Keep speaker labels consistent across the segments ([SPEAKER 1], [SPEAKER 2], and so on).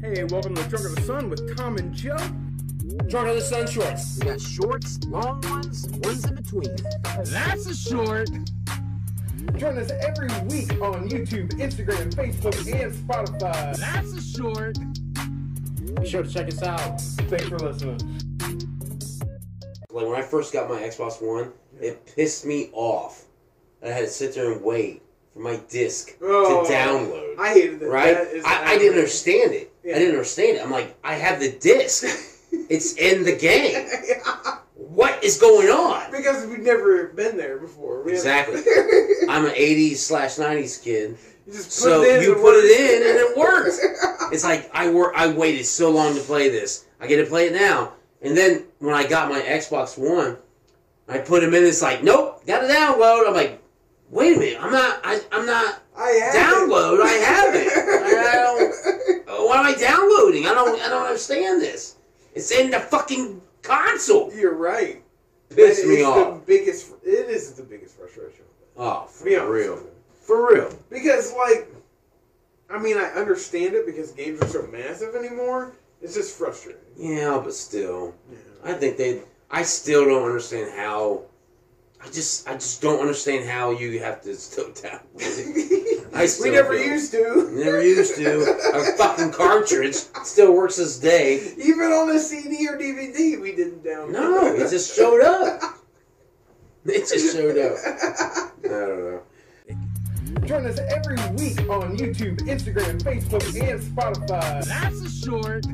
[SPEAKER 1] Hey, welcome to Drunk of the Sun with Tom and Joe.
[SPEAKER 2] Drunk of the Sun shorts.
[SPEAKER 3] We got shorts, long ones, ones in between.
[SPEAKER 2] That's a short.
[SPEAKER 1] Join us every week on YouTube, Instagram, Facebook, and Spotify.
[SPEAKER 2] That's a short. Be sure to check us out.
[SPEAKER 1] Thanks for listening.
[SPEAKER 3] Like when I first got my Xbox One, it pissed me off. I had to sit there and wait for my disc
[SPEAKER 1] Oh,
[SPEAKER 3] to download.
[SPEAKER 1] I hated that.
[SPEAKER 3] right?
[SPEAKER 1] That is
[SPEAKER 3] I, I didn't understand it.
[SPEAKER 1] Yeah.
[SPEAKER 3] I didn't understand it. I'm like, I have the disc. it's in the game. What is going on?
[SPEAKER 1] because we've never been there before. We
[SPEAKER 3] Exactly.
[SPEAKER 1] haven't-
[SPEAKER 3] I'm an 80s slash 90s kid.
[SPEAKER 1] you just put
[SPEAKER 3] So
[SPEAKER 1] it in
[SPEAKER 3] you
[SPEAKER 1] and
[SPEAKER 3] put
[SPEAKER 1] works.
[SPEAKER 3] it in and it works. It's like I wor- I waited so long to play this. I get to play it now. And then when I got my Xbox One, I put him in. It's like, nope, got to download. I'm like, wait a minute, I'm not. I, I'm not
[SPEAKER 1] I have
[SPEAKER 3] download.
[SPEAKER 1] It.
[SPEAKER 3] I have it. I don't. uh, What am I downloading? I don't. I don't understand this. It's in the fucking console.
[SPEAKER 1] You're right.
[SPEAKER 3] Piss
[SPEAKER 1] That
[SPEAKER 3] me
[SPEAKER 1] is
[SPEAKER 3] off.
[SPEAKER 1] The biggest. It is the biggest frustration.
[SPEAKER 3] Oh, for
[SPEAKER 1] Be honest.
[SPEAKER 3] real. For real.
[SPEAKER 1] Because like, I mean, I understand it because games are so massive anymore. It's just frustrating.
[SPEAKER 3] Yeah, but still.
[SPEAKER 1] Yeah.
[SPEAKER 3] I think they. I still don't understand how. I just, I just don't understand how you have to still download. it. I still
[SPEAKER 1] we never
[SPEAKER 3] don't.
[SPEAKER 1] used to.
[SPEAKER 3] Never used to. A fucking cartridge still works this day.
[SPEAKER 1] Even on a CD or DVD, we didn't download.
[SPEAKER 3] No, it just showed up. It just showed up. I don't know.
[SPEAKER 1] Join us every week on YouTube, Instagram, Facebook, and Spotify.
[SPEAKER 2] That's a short.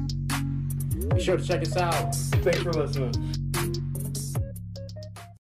[SPEAKER 2] Be sure to check us out.
[SPEAKER 1] Thanks for listening.